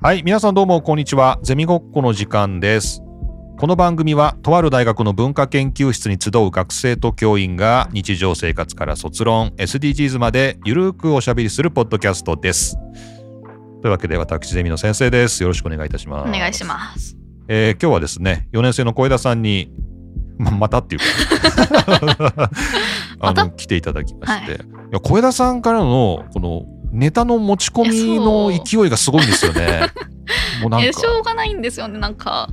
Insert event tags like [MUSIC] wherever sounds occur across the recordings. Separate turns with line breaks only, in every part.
はい皆さんどうもこんにちはゼミごっこの時間ですこの番組はとある大学の文化研究室に集う学生と教員が日常生活から卒論 SDGs までゆるくおしゃべりするポッドキャストですというわけで私ゼミの先生ですよろしくお願いいたしま
お
す
願いします。
えー今日はですね4年生の小枝さんにままたっていう
[LAUGHS]
かあ
また
の来ていただきまして、い、や小枝さんからのこのネタの持ち込
い
み
や
の
そう
勢いがすごいんですよ
[LAUGHS]
ね。もうなん
い
か
やしょうがないんですよね、なんか。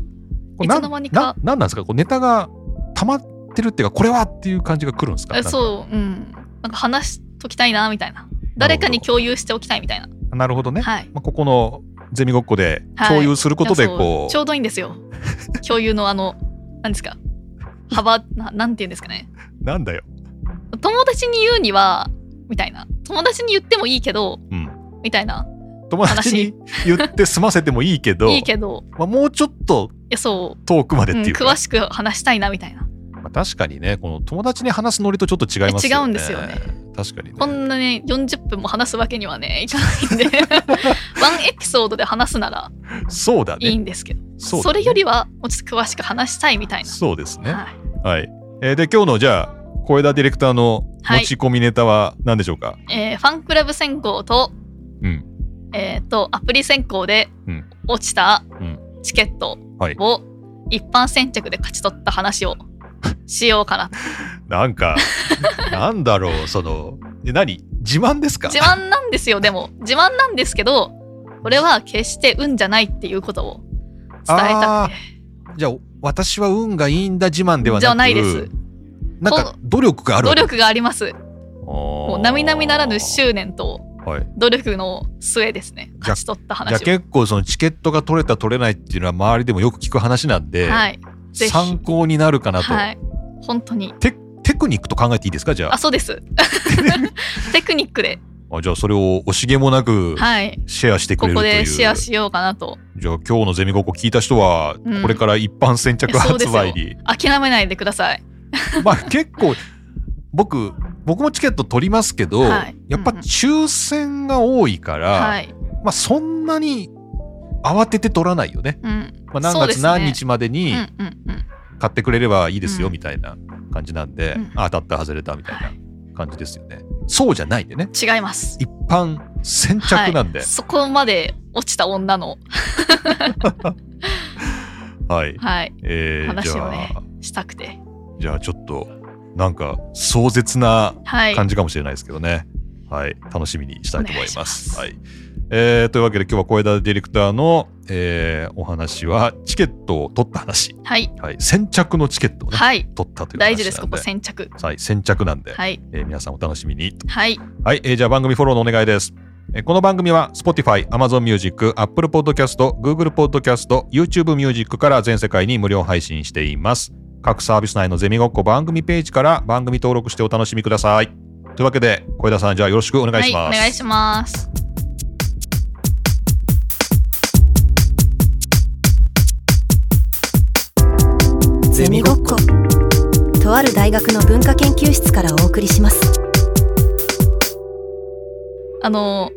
これない
つの間にか
ななんなんですかこうネタが溜まってるっていうかこれはっていう感じが来るんですか
えそう、うん。なんか話しときたいな、みたいな。誰かに共有しておきたいみたいな。
うなるほどね、
はい。
まあ、ここのゼミごっこで
はい
共有することで
いやそう
こ
ちょうどいいんですよ。共有のあの、なんですか。幅、ななんて言うんですかね。
うなんだよ、
友達に言うには、みたいな。友達に言ってもいいけど、
うん、
みたいな。
友達に言って済ませてもいいけど
いいけど、
まあ、もうちょっと
いや、そう。
遠くまでっ
うん、
ていうか、
詳しく話したいな、みたいな。
まあ、確かにねこの友達に話すノリとちょっと違いますよね
違うんですよね
確かにね
こんなね、40分も話すわけにはね、いかない
[LAUGHS]
んで。 [LAUGHS] ワンエピソードで話すなら
そうだね
いいんですけど。
そ
そう
だね
れよりはもうちょっと詳しく話したいみたいな。
そうですね
はい、
はい、えーで今日のじゃあ小枝ディレクターの
はい
持ち込みネタは何でしょうか、
えーファンクラブ選考と,、
うん
えー、とアプリ選考で
うん
落ちた
うん
チケット
はい
を一般先着で勝ち取った話をしようかなと。
なん
[LAUGHS]
かなんだろうそのえ何自慢ですか
自慢なんですよでも自慢なんですけどこれは決して運じゃないっていうことを伝えたくて
じゃあ私は運がいいんだ自慢ではなく
じゃないです
なんか努力がある
努力があります。も
も
う並々ならぬ執念と
はい
努力の末ですね
じゃ
勝ち取った
じゃあ
話を。
結構そのチケットが取れた取れないっていうのは周りでもよく聞く話なんで、
はい、ぜひ
参考になるかなと、
はい、本当に
テテクニックと考えていいですかじゃ
あ
あ
そうです
[LAUGHS]
テクニックで
あじゃあそれを惜しげもなく
はい
シェアしてく
こ
れる
こと
いう
でシェアしようかなと
じゃあ今日のゼミごっこ聞いた人は
うん
これから一般先着
いやそうで
発
すよ
売に、
諦めないでください
[LAUGHS] まあ結構僕僕もチケット取りますけど、
はい
やっぱ
うんうん
抽選が多いから、
はい、
まあそんなに慌てて取らないよね、
うん、
まあ、何
そうで
月
すね
何日まで
うん
に
うんうん
買ってくれればいいですよ
うん
みたいな感じなんで、
うん
あ当たった外れたみたい
は
な感じですよね、そうじゃないんでね
違います
一般先着なんで
はい、そこまで落ちた女の
はい、
はい
えー、じ
話
ゃ
を
あ、
ねしたくて
じゃあちょっとなんか壮絶な
はい
感じかもしれないですけどね、はい楽しみにしたいと思います。
お
は
願
いえーというわけで今日は小枝ディレクターの、えーお話はチケットを取った話、
はい
はい、先着のチケットを、ね
はい
取ったという話なんで
大事ですここ先着
はい、先着なんで、
はい
えー皆さんお楽しみに
はい
はい、えーじゃあ番組フォローのお願いです。えーこの番組は Spotify、Amazon Music、Apple Podcast、Google Podcast、YouTube Music から全世界に無料配信しています。各サービス内のゼミごっこ番組ページから番組登録してお楽しみください。というわけで、小枝さん、じゃあよろしくお願いしま
はいお
す。
願いします
ゼミごっこ。とある大学の文化研究室からお送りします。
あの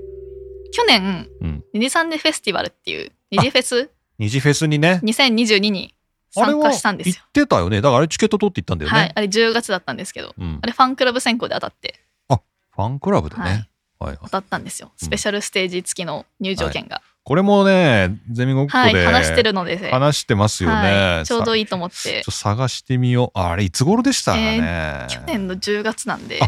去年
うん
二次サンデーフェスティバルっていう二次フェス
二次フェスにね、
2022に
あれ
参
は
加したん
行
ですよ
ってたよね。だからあれチケット取って行ったんだよね。
はい、あれ10月だったんですけど、
うん
あ、れファンクラブ選考で当たって、
ファンクラブでね。はいはい
当たったんですよ。スペシャルステージ付きの入場券が。
これもね、ゼミごっこ
はい、
で
話してるので、
話してますよね。
はい、ちょうど
い
いいと思っ
ちょ
て
っ、と探してみよう。ああれ、いつ頃でしたかね。
去年の10月なんで、
あ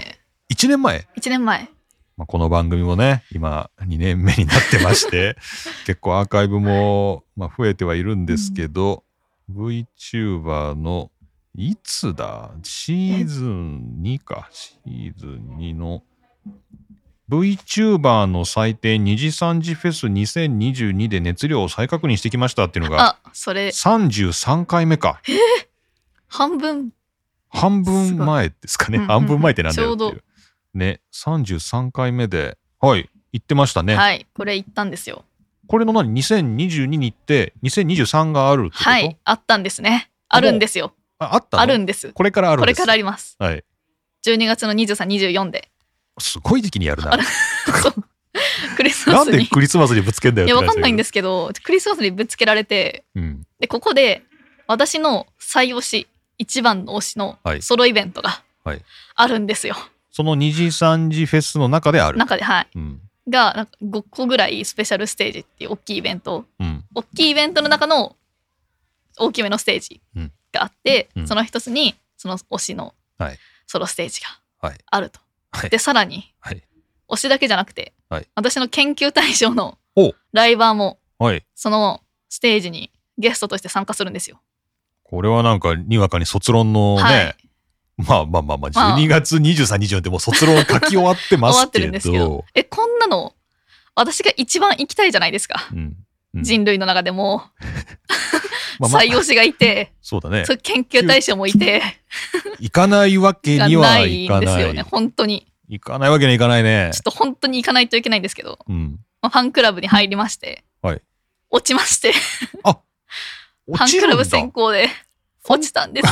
1年前、
1年前、
まあ、この番組もね今2年目になってまして
[LAUGHS]
結構アーカイブも、まあ、増えてはいるんですけど、VTuber のいつだシーズン2かシーズン2の VTuber の祭典二次三次フェス2022で熱量を再確認してきましたっていうのが
あそれ、
33回目か
半分、
半分前ですかね、
すごい
半分前ってなんだよっていう,、
うんうんちょう
ね33回目ではい行ってましたね、
はい、これ行ったんですよ。
これの何2022に行って2023があるってこと、
はい、あったんですね。あるんですよ。
ああったの
あるんです。
これからあるん
こ
で
れ
す
からあります。
はい
12月の23、24で。
すごい時期にやるな
あらそうクリス
な
マ
ん
スに
でクリスマスにぶつけんだよっ
い
て
やわ
話だ
か
けど
んないんですけどクリスマスにぶつけられて
うん
でここで私の最推し一番の推しの
はい
ソロイベントが
はい
あるんですよ、
その二次三次フェスの中である
中ではい
うん
がなんか5個ぐらいスペシャルステージっていう大きいイベント
うん
大きいイベントの中の大きめのステージ
うん
があって、
うん
その一つにその推しの
はい
ソロステージ
は
が
い
あると、
はい
でさらに、
はい
推しだけじゃなくて、
はい
私の研究対象の
お
ライバーも
はい
そのステージにゲストとして参加するんですよ。
これはなんかにわかに卒論のね、
はい
まあまあまあまあ
まあ
12月23、24ってもう卒論書き終わってま
[LAUGHS] 終わ
す
っ
け
て
ど
るんですけどえこんなの私が一番行きたいじゃないですか、
うんうん
人類の中でも
まあまあ
採用しが
[LAUGHS]
いて、
そうだね
そういう研究対象もいて
行かないわけ
が
には
ない
い
ん
か
です
ない
よね本当に
行かないわけにはいかないね
ちょっと本当に行かないといけないんですけど、
うん
まあファンクラブに入りまして、
はい
落ちましてフ
落
ァン
ち
ク
る
ラ
ん
ブ
だ
選考で落ちたんです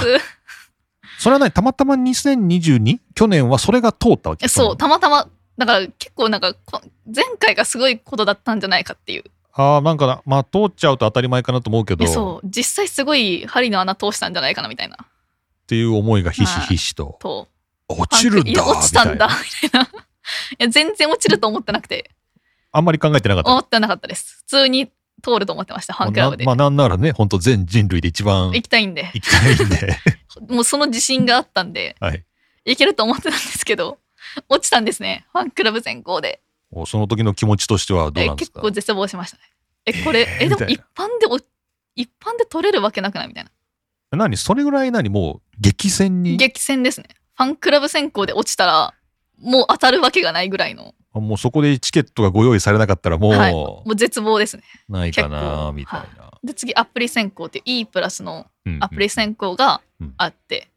それはねたまたま 2022? 去年はそれが通ったわけ
そうたまたまだから結構なんかこ前回がすごいことだったんじゃないかっていう
ああなんかなまあ通っちゃうと当たり前かなと思うけど
えそう実際すごい針の穴通したんじゃないかなみたいな
っていう思いがひしひしと、
と
落ちるんだ
いや落ちたんだ
みいな
みたいな [LAUGHS] いや全然落ちると思ってなくて
あんまり考えてなかった
思ってなかったです普通に通ると思ってましたファンクラブで、
まあ、なまあなんならね本当全人類で一番
行きたいんで
行きたいんで [LAUGHS]
もうその自信があったんで
はい
行けると思ってたんですけど [LAUGHS] 落ちたんですねファンクラブ選考で
おその時の気持ちとしてはどう
え
なんで
結
すか
構絶望しましたね。え、これ、
えー
え、で
み
も
たい
一般でお、一般で取れるわけなくないみたいな。
何それぐらい何もう激戦に
激戦ですね。ファンクラブ選考で落ちたら、もう当たるわけがないぐらいの、
あもうそこでチケットがご用意されなかったらも
はいうもう絶望ですね。
ないか
結
な
構
みたいな、
で、次、アプリ選考っていう E プラスの
うんうん
アプリ選考が
うん
あって、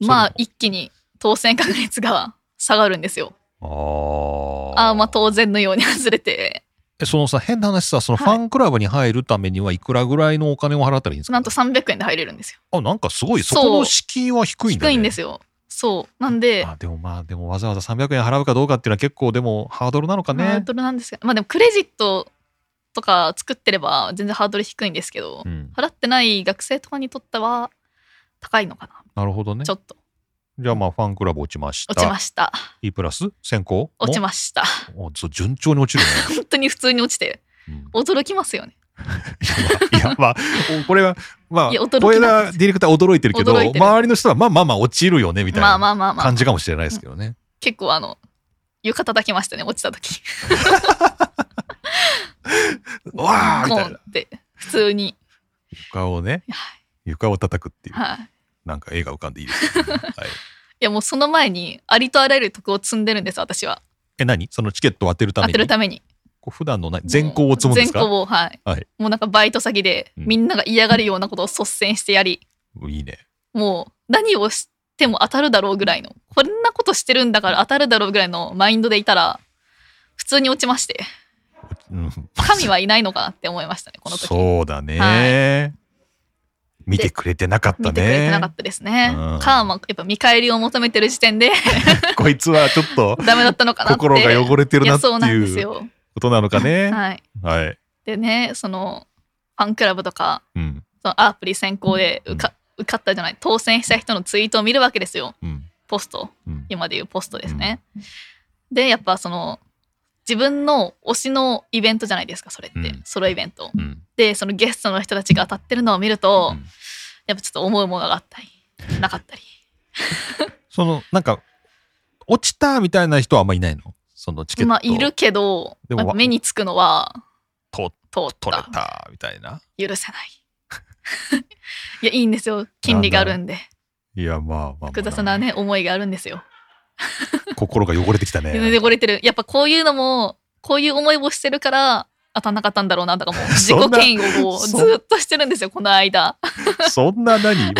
うん
ま
そ
あ、
れ
一気に当選確率が下がるんですよ。
あー
ああ、まあ、当然のように外れて、
えそのさ変な話さそのフ
はい
ァンクラブに入るためにはいくらぐらいのお金を払ったらいいんですか、
なんと300円で入れるんですよ。
あなんかすごいそ
そう
この敷居は低いんだ、ね、
低いんですよ。そう。なんで、
あでもまあでもわざわざ300円払うかどうかっていうのは結構でもハードルなのか
ハー
ね、
ドルなんですが、まあでもクレジットとか作ってれば全然ハードル低いんですけど、
うん、
払ってない学生とかにとっては高いのかな、
なるほどね
ちょっと
じゃあまあファンクラブ落ちました
落ちました
E プラス先行
落ち
ま
ました
す順調に落ちるね、
[LAUGHS] 本当に普通に落ちて
うん
驚きますよね
いやまあ、おこれは、まあ、
いや
小
驚き
枝
なん
ディレクター驚いてるけど、
驚いてる
周りの人は、まあまあまあ、落ちるよね、みたい
まあ
な
まあまあまあ
感じかもしれないですけどね。
結構あの床叩きましたね落ちた時
わーみ
ゴ
たい
ン
な。
って普通に
床をね、
は
床を叩くっていう、
はい
なんか絵が浮かんでいいですね、
[LAUGHS]
はい。
いやもうその前にありとあらゆる徳を積んでるんです私は
え、何そのチケットを当てるため
当
に
てるために
こう普段のない善行を積むんです
全
か
校をはい、
はい
もうなんかバイト先で
うん
みんなが嫌がるようなことを率先してやり、
いいね。
もう何をしても当たるだろうぐらいのこんなことしてるんだから当たるだろうぐらいのマインドでいたら普通に落ちまして
うん、
神はいないのかなって思いましたねこの時
そうだね、見てくれてなかった
見てくれてなか
ね
っ。たですね
うん
カーマやっぱ見返りを求めてる時点で [LAUGHS]
こいつはちょっと
ダメだったのかなって
心が汚れてる
い
な
や
って
そうなんです
いう
よ
ことなのかね。
はい
はい。
でねそのファンクラブとか
うん。
そのアプリ選考で受か受かったじゃない当選した人のツイートを見るわけですよ
うん。
ポスト
うん。
今でいうポストですね。でやっぱその自分の推しのイベントじゃないですかそれって、
うん
ソロイベント。
うん
でそのゲストの人たちが当たってるのを見ると、
うん
やっぱちょっと思うものがあったりなかったり。
そのなんか落ちたみたいな人はあんまいないのそのチケット、
まあいるけど
でも
なんか目につくのは
と
通っ
取れ
た
たみたいな
許せない [LAUGHS] いやいいんですよ金利があるんで
いやまあまあ、まあ、
複雑なね思いがあるんですよ。
心が汚れてきたね
汚れてるやっぱこういうのもこういう思いをしてるから当たんなかったんだろうなとかもう自
[LAUGHS] そんな
己嫌悪をずっとしてるんですよこの間
そんな何もう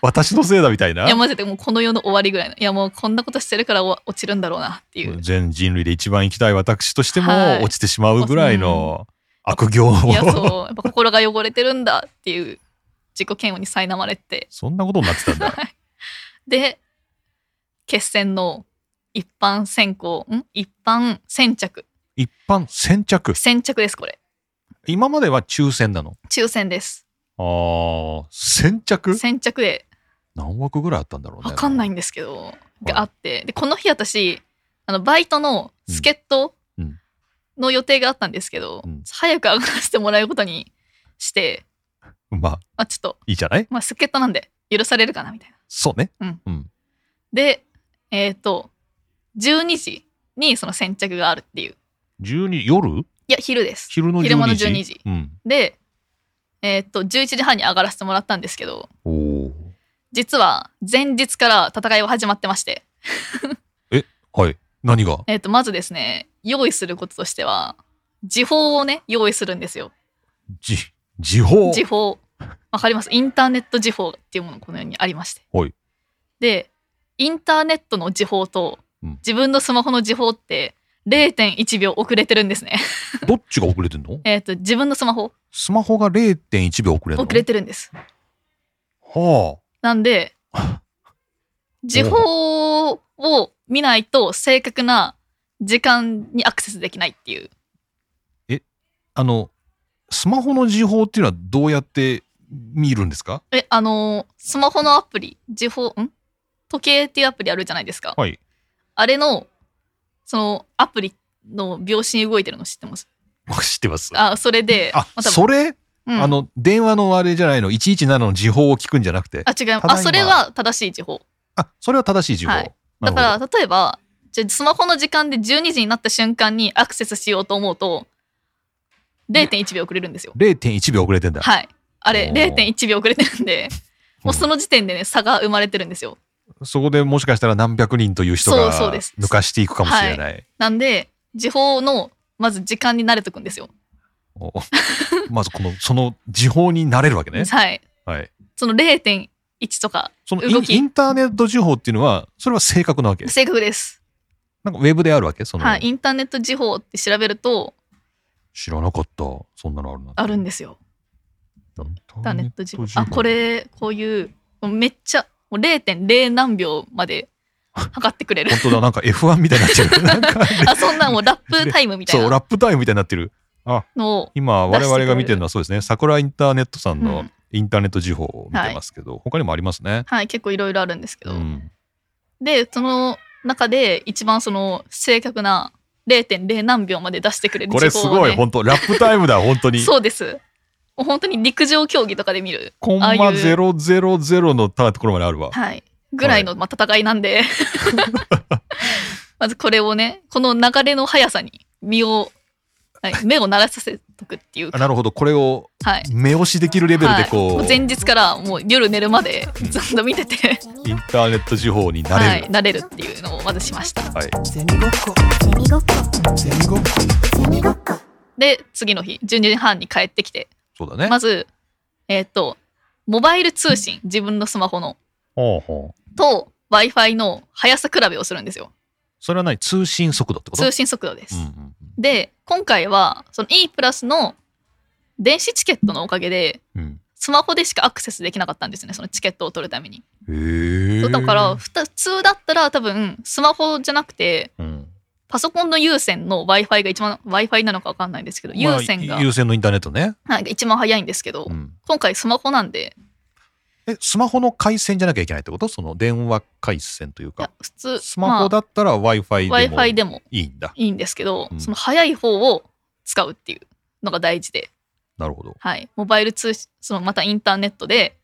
私のせいだみたいない
やマジでもうこの世の終わりぐらいのいやもうこんなことしてるからお落ちるんだろうなっ
[LAUGHS]
ていう
全人類で一番行きたい私として
は
も
い
落ちてしまうぐらいの悪行を
いやそうやっぱ心が汚れてるんだっていう自己嫌悪に苛まれて
そんなことになってたんだ
で決戦の一般選考ん一般先着
一般先着
先着です、これ。
今までは抽選なの
抽選です。
あー先着
先着で、
何枠ぐらいあったんだろうね
わかんないいんですけど、があって。で、この日私、あの、バイトの助っ人
うん
の予定があったんですけど、
うん
早く上がらせてもらうことにして、
まあ
まあちょっと、
いいじゃない
まあ助っ人なんで許されるかな、みたいな。
そうね
で、えっ、と、12時にその先着があるっていう。
12夜
いや、昼です。
昼の12時
昼間の12時
うん
で、えっと11時半に上がらせてもらったんですけど
おお
実は前日から戦いは始まってまして、
はい何が
えっとまずですね用意することとしては時報をね用意するんですよ
じ時報
時報わかりますインターネット時報っていうものがこの世にありまして、
はい
でインターネットの時報と
うん
自分のスマホの時報って0.1秒遅れてるんですね [LAUGHS]
どっちが遅れてんの
えっと自分のスマホ
スマホが0.1秒遅れるの
遅れてるんです
は
な
[LAUGHS]
んで時報を見ないと正確な時間にアクセスできないっていう
ああのスマホの時報っていうのはどうやって見るんですか
えあのースマホのアプリ時報ん時計っていうアプリあるじゃないですか、
はい
あれのそのアプリの秒針動いてるの知ってます
知ってます
あそれで
あ
ま、た
それ、
うん
あの電話のあれじゃないの117の時報を聞くんじゃなくて
あ違
た
う
だいま
あそれは正しい時報
あそれは正しい時報、
はい
な
だ
るほど
から例えばじゃあスマホの時間で12時になった瞬間にアクセスしようと思うと0.1秒遅れるんですよ
0.1秒遅れてんだ、
はい。あれ、
おー
0.1秒遅れてるんで、もうその時点でね、差が生まれてるんですよ。
そこでもしかしたら何百人という人が
そうそうです
抜かしていくかもしれない。
なんで、時報の、まず時間に慣れとくんですよ。
お [LAUGHS] まずこのその時報になれるわけね。
はい。
はい。
その0.1とか、
そのイン
動き
インターネット時報っていうのはそれは正確なわけ。
正確です。
なんかウェブであるわけその、
はい。インターネット時報って調べると、
知らなかったそんなのあるな。
あるんですよ。
インタ
インタ
ー
ー
ネ
ネ
ッ
ッ
ト
ト
時
時
報
報。あ、こ。れ、こういう、もうめっちゃ、もう0.0何秒まで測ってくれる。
本当だなんか F1 みたいになってる。
[LAUGHS]
なんかね
あ、そんなんもうラップタイムみたい
そう
な
ラップタイムみたいになってる。
のを、
今
出し
我
てくれる
々が見てるのはそうですね桜インターネットさん
う
の
ん
インターネット時報を見てますけど、他にもありますね。
はい、結構いろいろあるんですけ
う
ど、
ん。
でその中で一番その正確な0.0何秒まで出してくれる
これすごい、
ね、
本当ラップタイム
[LAUGHS]
だ本当に。
そうですもう本当に陸上競技とかで見る
コン
ああい
マ
う
ゼロゼロゼロのたところまであるわ。
はいぐらいのまあ戦いなんで、 [LAUGHS] まずこれをねこの流れの速さに身を、はい、目を慣らさせとくっていう
あなるほど、これを
はい
目押しできるレベルでこう、
はい、前日からもう夜寝るまでずっと見てて、
インターネット時報にな
は
れ
い、
る。
慣れるっていうのをまずしました
はい。
ゼミごっこ
ゼミごっこ
ゼミごっこ
ゼミごっこ
で次の日12時半に帰ってきて
そうだね。
まず、えっ、と、モバイル通信、自分のスマホの、
ほうほう
と Wi-Fi の速さ比べをするんですよ。
それは何通信速度ってこと
通信速度です。
うんうん
で、今回は、その E プラスの電子チケットのおかげで、
うん。
スマホでしかアクセスできなかったんですね、そのチケットを取るために。
へえ。
だから、ふた普通だったら多分、スマホじゃなくて、
うん、
パソコンの有線の Wi-Fi が一番、Wi-Fi なのか分かんないんですけど、有線
ま
が
あ、優先のインターネットね。
はい一番早いんですけど、
うん。
今回スマホなんで、
え、スマホの回線じゃなきゃいけないってことその電話回線という
いや
か。
普通、
スマホだったら Wi-Fi
まあ
でも
Wi-Fi でも
いいんだ。
いいんですけど、
うん
その早い方を使うっていうのが大事で、
なるほど。
はい、モバイル通信そのまたインターネットで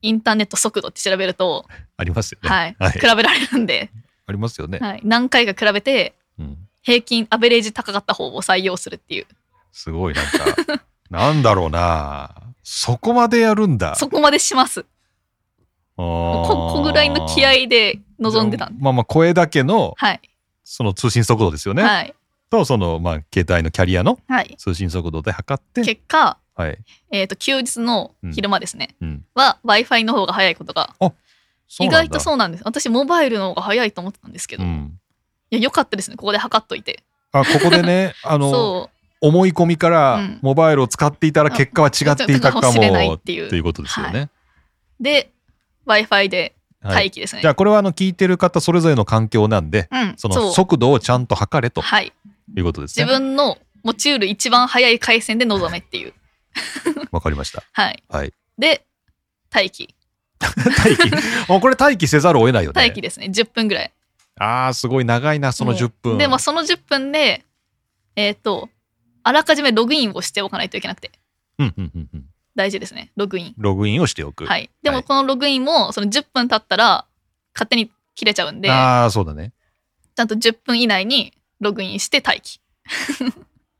インターネット速度って調べると、
ありますよね。
はい比べられるんで、
ありますよね。
はい、何回か比べて
うん。
平均アベレージ高かった方を採用するっていう
すごいなんか [LAUGHS] なんだろうなそこまでやるんだ
そこまでしますここぐらいの気
い
合で臨んでたんで
まあまあ声だけの
はい、
その通信速度ですよね、
はい
とそのまあ携帯のキャリアの
はい、
通信速度で測って
結果、
はい
えー、と休日の昼間ですね、
うん
は w i f i の方が早いことが意外と
う
そうなんです私モバイルの方が早いと思ってたんですけ
な
ど、
んだ、うん、
いや良かったですねここで測っといて
あここで
[LAUGHS]
ねあの
そう
思い込みから
うん
モバイルを使っていたら結果は違っていたかも
あ違ってたかもしれないっていう
ということですよね、
で w i f i で
はい
待機ですね、
じゃあこれはあの聞いてる方それぞれの環境なんで
うん
そ
そ
の
う
速度をちゃんと測れと
はい
いうことですね。
自分の持ちうる一番早い回線で臨めっていう。
わかりました。
はい。
はい。
で、待機。
待機。 [LAUGHS] もうこれ待機せざるを得ないよね。
待機ですね。10分ぐらい。
ああ、すごい長いな、その
もう
10分。
で、まあ、その10分で、えっ、と、あらかじめログインをしておかないといけなくて、
うんうんうんうん。
大事ですね。ログイン。
ログインをしておく。
はい。で
は
も、
い
このログインも、その10分経ったら、勝手に切れちゃうんで、ちゃ
ああ、そうだね。
んと10分以内にログインして待機。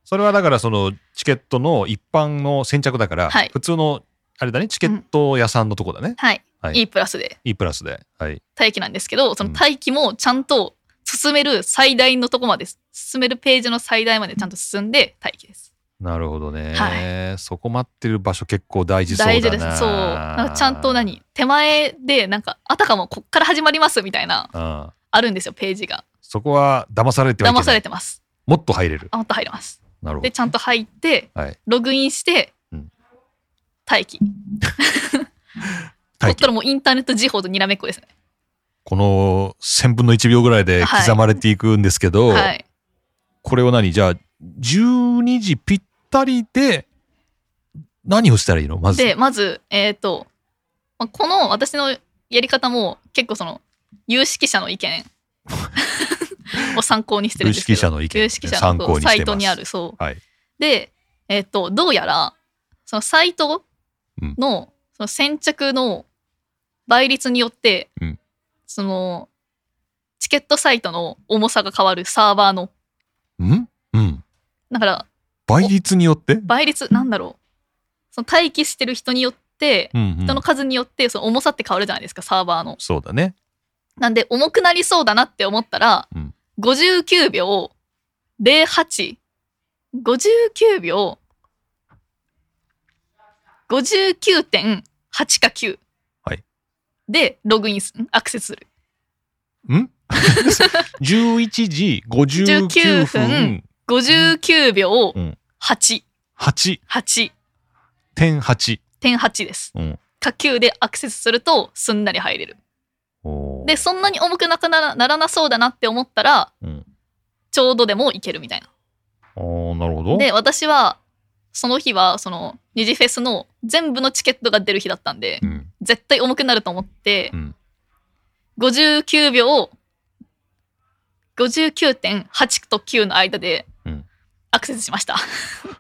それはだから、そのチケットの一般の先着だから、
はい
普通の、あれだね、チケット屋さんのとこだね。
はい。
はい。
E プラスで
E プラスで。はい。
待機なんですけど、その
うん
待機もちゃんと進める最大のとこまで、進めるページの最大までちゃんと進んで待機です。
なるほどね、
は
そこ待ってる場所結構大事そうだな。
大事です。そう。なんかちゃんと何手前で、なんか、あたかもこっから始まりますみたいな、
うん。
あるんですよ、ページが。
そこは騙されてはいけない。
騙されてます。
もっと入れる。
あ、もっと入れます。
なるほ
で、
ど。
ちゃんと入って、
はい。
ログインして
うん、[LAUGHS]
待機。こっ [LAUGHS]
待機
からもうインターネット時報とにらめっこですね。
この1000分の1秒ぐらいで刻まれていくんですけど、
はい。
これを何じゃあ12時ぴったりで何をしたらいいのまず
で、まず、えっ、と、まあこの私のやり方も結構その、有識者の
[LAUGHS]
意見を参考にしてるん
有
ですけ
識
ど。
者の意見、
有識者
参考にしてます
サイトにあるそう、
はい
でえっ、とどうやらそのサイトの,、その先着の倍率によって、
うん
そのチケットサイトの重さが変わるサーバーの
うんうん
だから
倍率によって
倍率なんだろうその待機してる人によって
うんうん
人の数によってその重さって変わるじゃないですかサーバーの。
そうだね
なんで重くなりそうだなって思ったら、
うん
59秒0859秒59.8か9
はい
でログインすんアクセスする [LAUGHS]
ん11時59
19
分
分59秒
うん
8.8.8
8.8、
です、
うん
か9でアクセスするとすんなり入れる
おー
でそんなに重くなくならならなそうだなって思ったら
うん、
ちょうどでもいけるみたいな
あーなるほど
で私はその日はその二次フェスの全部のチケットが出る日だったんで、
うん
絶対重くなると思って、
うん
59秒59.8と9の間で
うん
アクセスしました、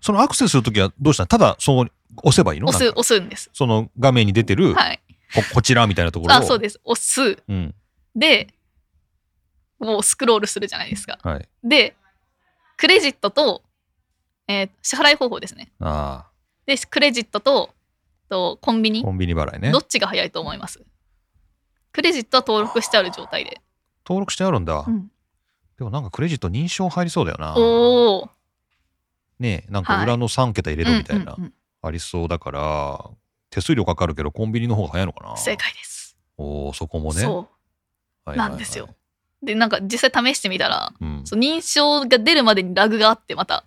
そのアクセスするときはどうしたのただその押せばいいの
押す
なんか
押すんです、
その画面に出てる、
はい
ここちらみたいなところを
あそうです押す
うん
でもうスクロールするじゃないですか
はい
でクレジットと、えー支払い方法ですね
あ
でクレジットととコンビ
ー
ニ
コンビニ払いね
どっちが早いと思いますクレジットは登録してある状態で。
登録してあるんだ、
うん
でもなんかクレジット認証入りそうだよな
おお。
ねえなんか裏の3桁入れるみたいな、
うんうんうん
ありそうだから手数料かかるけどコンビニの方が早いのかな
正解です。
おーそこもね
そ
はい
なんですよ、う。で、なんか実際試してみたら、
うん、
そう認証が出るまでにラグがあって、また、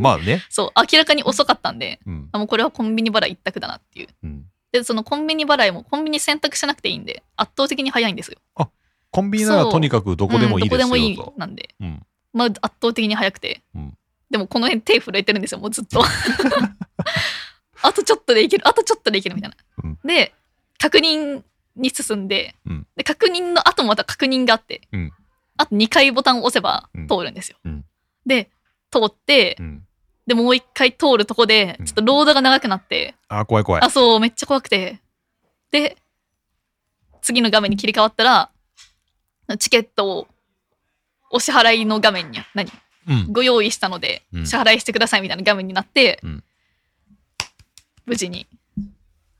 まあね、
そう、明らかに遅かったんで、
うん
あもうこれはコンビニ払い一択だなっていう。
うん、
で、そのコンビニ払いもコンビニ選択しなくていいんで、圧倒的に早いんですよ。
コンビニならとにかくどこでもいいですよ
うんどこでもいい
と、
なんで、
うん
まあ、圧倒的に早くて、
うん
でもこの辺手震えてるんですよもうずっと [LAUGHS] あとちょっとでいけるあとちょっとでいけるみたいな、
うん
で確認に進んで,、
うん
で確認の後もまた確認があって、
うん
あと2回ボタンを押せば
うん
通るんですよ、
うん
で通って、
うん、
でもう一回通るとこで
うん
ちょっとロードが長くなって、
あー怖い怖い
あそうめっちゃ怖くてで次の画面に切り替わったらチケットをお支払いの画面に何
うん
ご用意したので、
うん
支払いしてくださいみたいな画面になって、
うん
無事に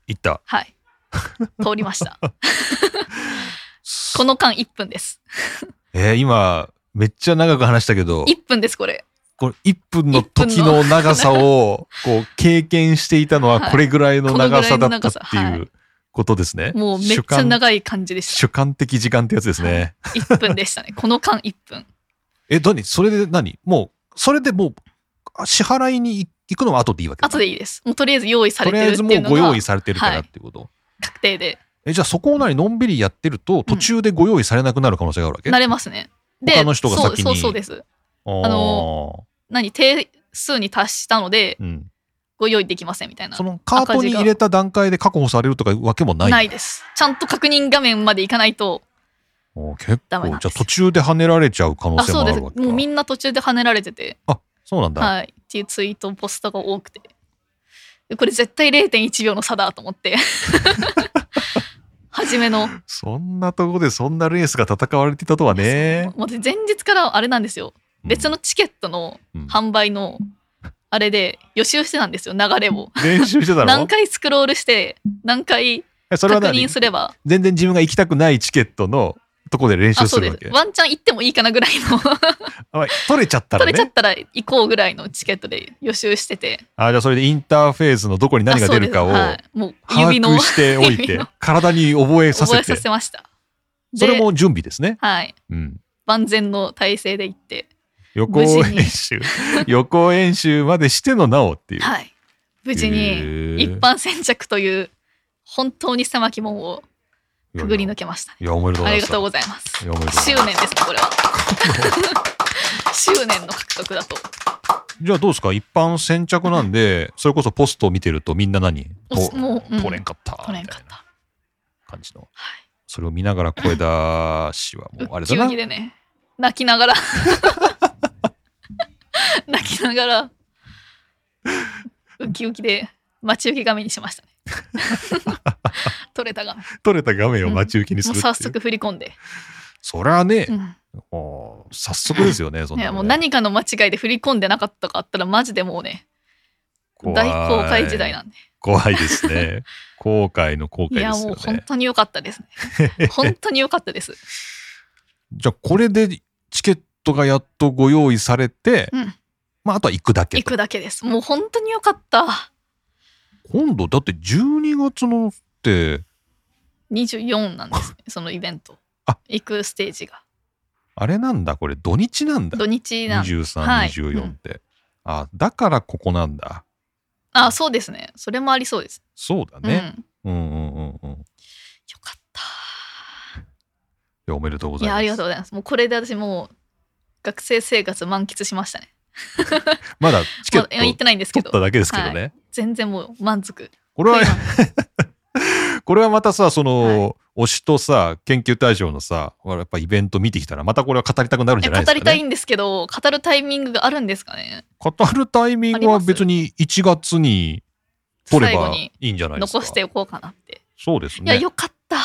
行った
はい
[LAUGHS]
通りましたこ
の、
の間1分です
えー今めっちゃ長く話したけど
1分ですこれ
これ1分の時の長さをこう経験していたのは
はい
これぐらいの長さだったって
このぐらいの
い
長
うことですね。
もうめっち
主
ゃ
観
長い感じでし
主観的時間ってやつですね。
た1分でしたねこの間1分
[LAUGHS] え、何それで何もう、それでもう、あ支払いに行くのは後でいいわけだ
後でいいですもうとりあえず用意さ
と
れ
り
て
あえ
るって
ずも
いう
う
の
ご用
が
意されてるか
は
ら
い
ってこと。
確定で
え、じゃあそこを何、のんびりやってると、途中でご用意されなくなる可能性があるわけ、
なれますねで
他の人が先に
そうそうそうです
あ
の何定数に達したので
うん、
ご用意できませんみたいな
そのカートに入れた段階で確保されるとかいうわけもない
ないですちゃんと確認画面まで行かないと
おー結
ダ
構
メ
じゃ
なん
あ
です
途中で跳ねられちゃう可能
あ
性
そ
もあ
うです
る
も
わけ
う
か
みんな途中で跳ねられてて
そうなんだ、
はいっていうツイートポストが多くてこれ絶対0.1秒の差だと思って [LAUGHS] 初めの
そんなとこでそんなレースが戦われていたとはね
もう前日からあれなんですよ別のチケットの
うん
販売のあれで予習してたんですよ流れを
練習してた
何
の
回スクロールして何回
えそれは
確
何
認すれば
全然自分が行きたくないチケットのとこで練習
あそ
す
う
る
で
わ
す
け
ワンチャン行ってもいいかなぐらいの
あ取れちゃったら
取れ
ね
ちゃったら行こうぐらいのチケットで予習してて
あじゃあそれでインターフェースのどこに何が出るかを
あそうですはい、もう
把
指の
握しておい
指
て
の
体に覚えさ
覚
せ
えさ
て
せました
それも準備ですね、
はい
うん、
万全の体制で行って
予行
無事に
演習 [LAUGHS] 予行演習までしてのなおっていう、
はい無事
へ
に
ー
一般先着という本当に狭き門をくぐり抜けましたね
いやおめでとうご
あ
ざいま
りが
す
とうございます
いやおめでとうござ
執
います
念ですねこれは執念の獲得だと
じゃあどうですか一般先着なんでそれこそポストを見てるとみんな何
お
と
もううん
通れんかった
取れんかった
感じの
はい
それを見ながら声出しはもうあれだ
ウッ [LAUGHS]
な
キウキでね泣き
[LAUGHS]
ながら泣きながらウキウキで待ち受け画面にしました
[LAUGHS]
ね取れた画面
撮れた画面を待ち受けにす
も
るっ
う
ていう
早速振り込んで、
そりゃね、
うん
もう早速ですよねそん
い
な
や
のね
もう何かの間違いで振り込んでなかったかあったらマジでもうね
怖い
大公開時代なんで
怖いですね後悔の後悔
い
で
や
す
も
よ
う本
ね
当に良かったですね本当に良かったです
じゃあこれでチケットがやっとご用意されて、
うん
まああとは行くだけ
行
と
くだけですもう本当に良かった
今度だって12月のって
24なんですねそのイベント
あ
行くステージが
あれなんだこれ土日なんだ
土日なんではい
2324って、あだからここなんだ
あそうですねそれもありそうです
そうだ
うん、
ね、うん、うんうんうんい
よかった
やおめでとうご
い
ざいます
やありがとうございますもうこれで私もう学生生活満喫しましたね
まだチケッ
まあ行っ
ト
てないんですけ
取
ど
っただけですけどね、
全然もう満足
これは
今
これはまたさその、
は
推しとさ研究対象のさやっぱイベント見てきたらまたこれは語りたくなるんじゃないです
え語
か、ね、
りたいんですけど語るタイミングがあるんですかね
語るタイミングは別に1月に取れ
最後
ば
に
いいんじゃないですか
残しておこうかなって、
そうです
いや
ね
よかった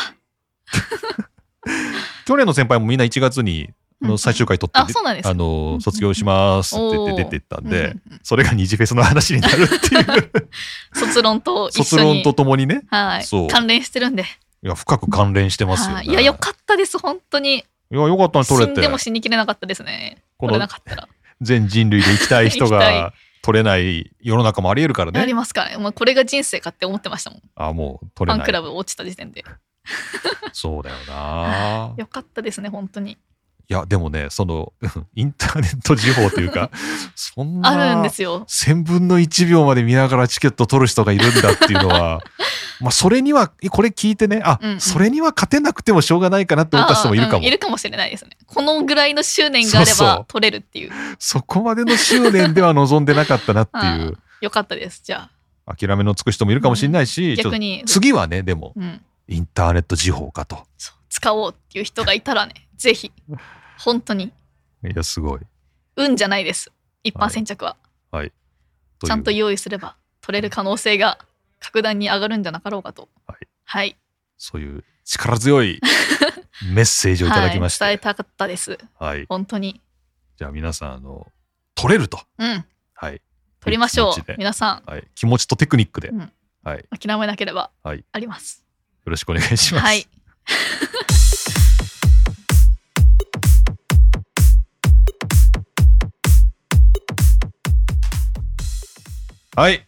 去年の先輩もみんな1月にあの最終回取って
あそうなんですか
あの卒業しますって言っ
おー
て出てったん
うんうん
で、
うん
それが二次フェスの話になるっていう
[LAUGHS] 卒論と一緒に
卒論とともにね
はい
そう
関連してるんで
いや深く関連してますよ
は
ね
いいやよかったです本当に
いやよかったね
死
取
ん
れて
でも死にきれなかったですね
こ
こ
の
れなかったら、
全人類で行きたい人
行きた
が取れない世の中もありえるから
あり
ね
ますからねもうこれが人生かって思ってましたもんフ
あもう取
ァ
れ
ンク
な
ラ
い
ブ落ちた時点で
そうだよ
[LAUGHS]
な
よかったですね本当に
いやでもねそのインターネット時報という
[LAUGHS]
かそんな
あるんですよ
1000分の1秒まで見ながらチケット取る人がいるんだっていうのは
[LAUGHS]
まあそれにはこれ聞いてねあ、
うんうん
それには勝てなくてもしょうがないかなって思った人もいるか
あーう
も
んいるかもしれないですねこのぐらいの執念があれ
そうそ
ば
う
取れるっていう
そこまでの執念では望んでなかったなっていう
よかったですじゃあ
諦めのつく人もいるかもしれないし、ちょっ
逆
と
に、
次はねでも
うん、
インターネット時報かと
そう使おうっていう人がいたらね
[LAUGHS]
ぜひ本当に
いやすごい
運じゃないです一般先着は、
という
ちゃんと用意すれば取れる可能性が格段に上がるんじゃなかろうかと
はい、
はい
そういう力強
[LAUGHS]
いメッセージをいただきまして、
は
はい
い、伝えたかったです本当に
じゃあ皆さんあの取れると、
うん
はい、
取りましょ
気持
う
ちで
皆さ
はい、気持ちとテクニックで、
うん
はい、よ
ん諦めなければ
はい
あります、
ろしくお願いします。
はい
はい、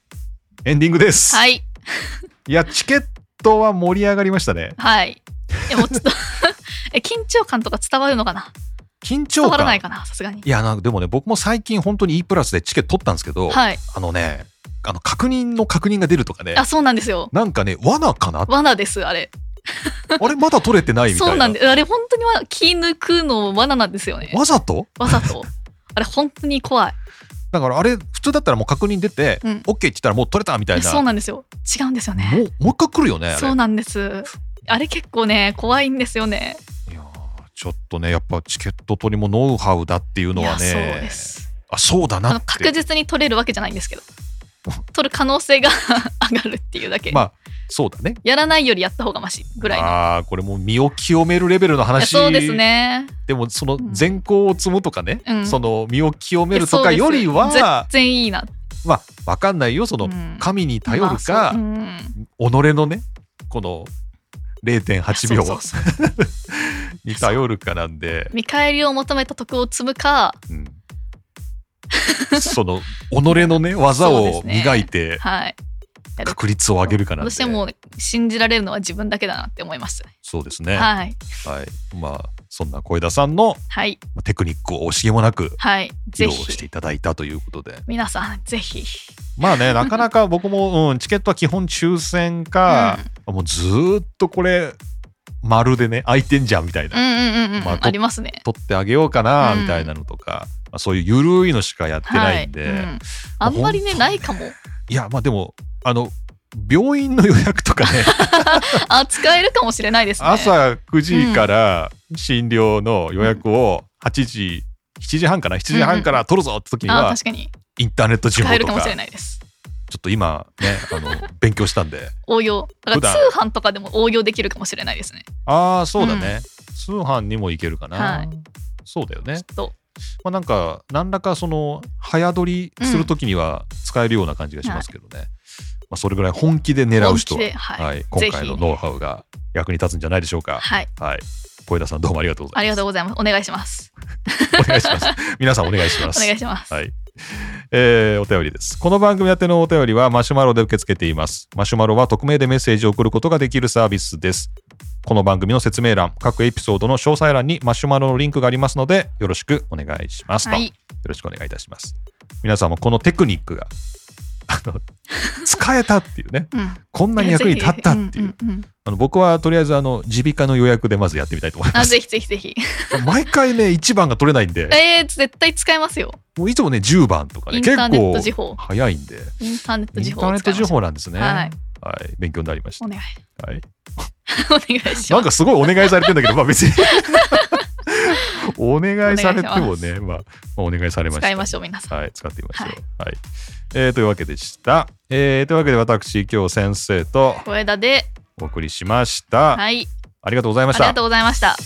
エンディングです。、
はいい
や、チケットは盛り上がりましたね。
はいでもうちょっと [LAUGHS] え緊張感とか伝わるのかな
緊張
伝
感。
わらないかなさすがに
いや、なんかでもね、僕も最近本当に E プラスでチケット取ったんですけど、
はい
あのね、あの確認の確認が出るとかね、
あそうなんですよ
なんかね、罠かな、
罠ですあれ
あれまだ取れてないみたいな。
そうなんですあれ本当に罠気抜くの罠なんですよね
わざと
わざと [LAUGHS] あれ本当に怖い。
だからあれ普通だったらもう確認出て、
うん
OK って言ったらもう取れたみたい
いや
な
そうなんですよ。違うんですよ
もう
ね。
もう一回来るよねあれ
そうなんです。あれ結構ね怖いんですよね。
いやーちょっとねやっぱチケット取りもノウハウだっていうの
いや
は
そう
ね
です。
あそうだ
あ
な
の
って
確実に取れるわけじゃないんで
[LAUGHS]
すけど、取る可能性が [LAUGHS] 上がるっていうだけ。
まあそうだね
やらないよりやった方がマシぐらいの。い
ああこれもう身を清めるレベルの
や
話
そうですね。
でもその善行を積むとかね、
うん
その身を清めるとか
いや
よ
そうです
りは
全然いいな。
まあわかんないよその
うん
神に頼るか、
まあそううん
己のねこの0.8秒
そうそうそう
に頼るかなんで、
見返りを求めた徳を積むか、
うんその己のね技
[LAUGHS] そうで
を
すね
磨いて
はい。
確率を上げるかなんで
私はもう信じられるのは自分だけだなって思いましたね。
そうですね、は
はい。
いまあそんな小枝さんの
はい。
まあテクニックを惜しげもなく
はい。
披
ぜ
露
ひ。
していただいたということで
皆さん、ぜひ。
ま
[LAUGHS]
あねなかなか僕も、うん、チケットは基本抽選か、もうずーっとこれ丸でね空いてんじゃんみたいな、
うんうんうんうん。
まあと
ありますね。
取ってあげようかな
うん
みたいなのとか、まあ、そういうゆるいのしかやってないんで、
はい
い
うんあんまりね、な
[LAUGHS]
いかも。
やまあでもあの病院の予約とか
[LAUGHS]
ね
あ、使えるかもしれないですね。
朝9時から診療の予約を8時7時半かな7時半から取るぞって時に
あ
は
確かに。
インターネットジム
使える
と
かも
かち
しれ
ょ
ないです。
っと今ねあの勉強したんで
応用。だ
普
か
段
ら通販とかでも応用できるかもしれないですね。
ああそうだね、通販にも行けるかな、
はい
そうだよ
き
ね
っ、と。
まあ、なんか何らかその早撮りする時には使えるような感じがしますけどね、まあ、それぐらい本気で狙う人
本
は
気ではい
はい、今回のノウハウが役に立つんじゃないでしょうか。
はい。
はい、小枝さんどうもありがとうござ
あ
い
り
ます
がとう。ございます。お願いします。
お願いし
[LAUGHS]
ます。皆さんお願いしま
お
す。
願いします。
はい。えーお便りです。この番組宛てのお便りはマシュマロで受け付けています。マシュマロは匿名でメッセージを送ることができるサービスです。この番組の説明欄、各エピソードの詳細欄にマシュマロのリンクがありますので、よろしくお願いします。
は
と
い。
よろしくお願いいたします。皆さんもこのテクニックが、あ
[LAUGHS]
の、使えたっていうね、
うん。
こんなに役に立ったっていう。
ぜひ。んんん
あの僕はとりあえずあの、耳鼻科の予約でまずやってみたいと思いま
あ、
す。
ぜひぜひぜひ。
毎回ね、1番が取れないんで、
えー、絶対使えますよ。
もういつもね、10番とかね、
インタ
結
ーネット時
構
報。
早いんで、
インターネット
イ
時
ン
報
ターネ
を
ッ
使
ト
いまし
情
ょう。
報なんですね。
はい
はい勉強になりました
お。願い。
はい。
お願い [LAUGHS] し
な
ま
ん
す。
かすごいお願いされてんだけど、まあ別に [LAUGHS] お願いされてもね、まあ、まあお願いされました。
使いましょう、皆さん。
はい、使ってみましょう。は
はい
い。えーというわけでした。えーというわけで私、今日先生と
小枝で、
お送りしました。
はい。
ありがとうございま
あ
し
り
た
がと。うございました。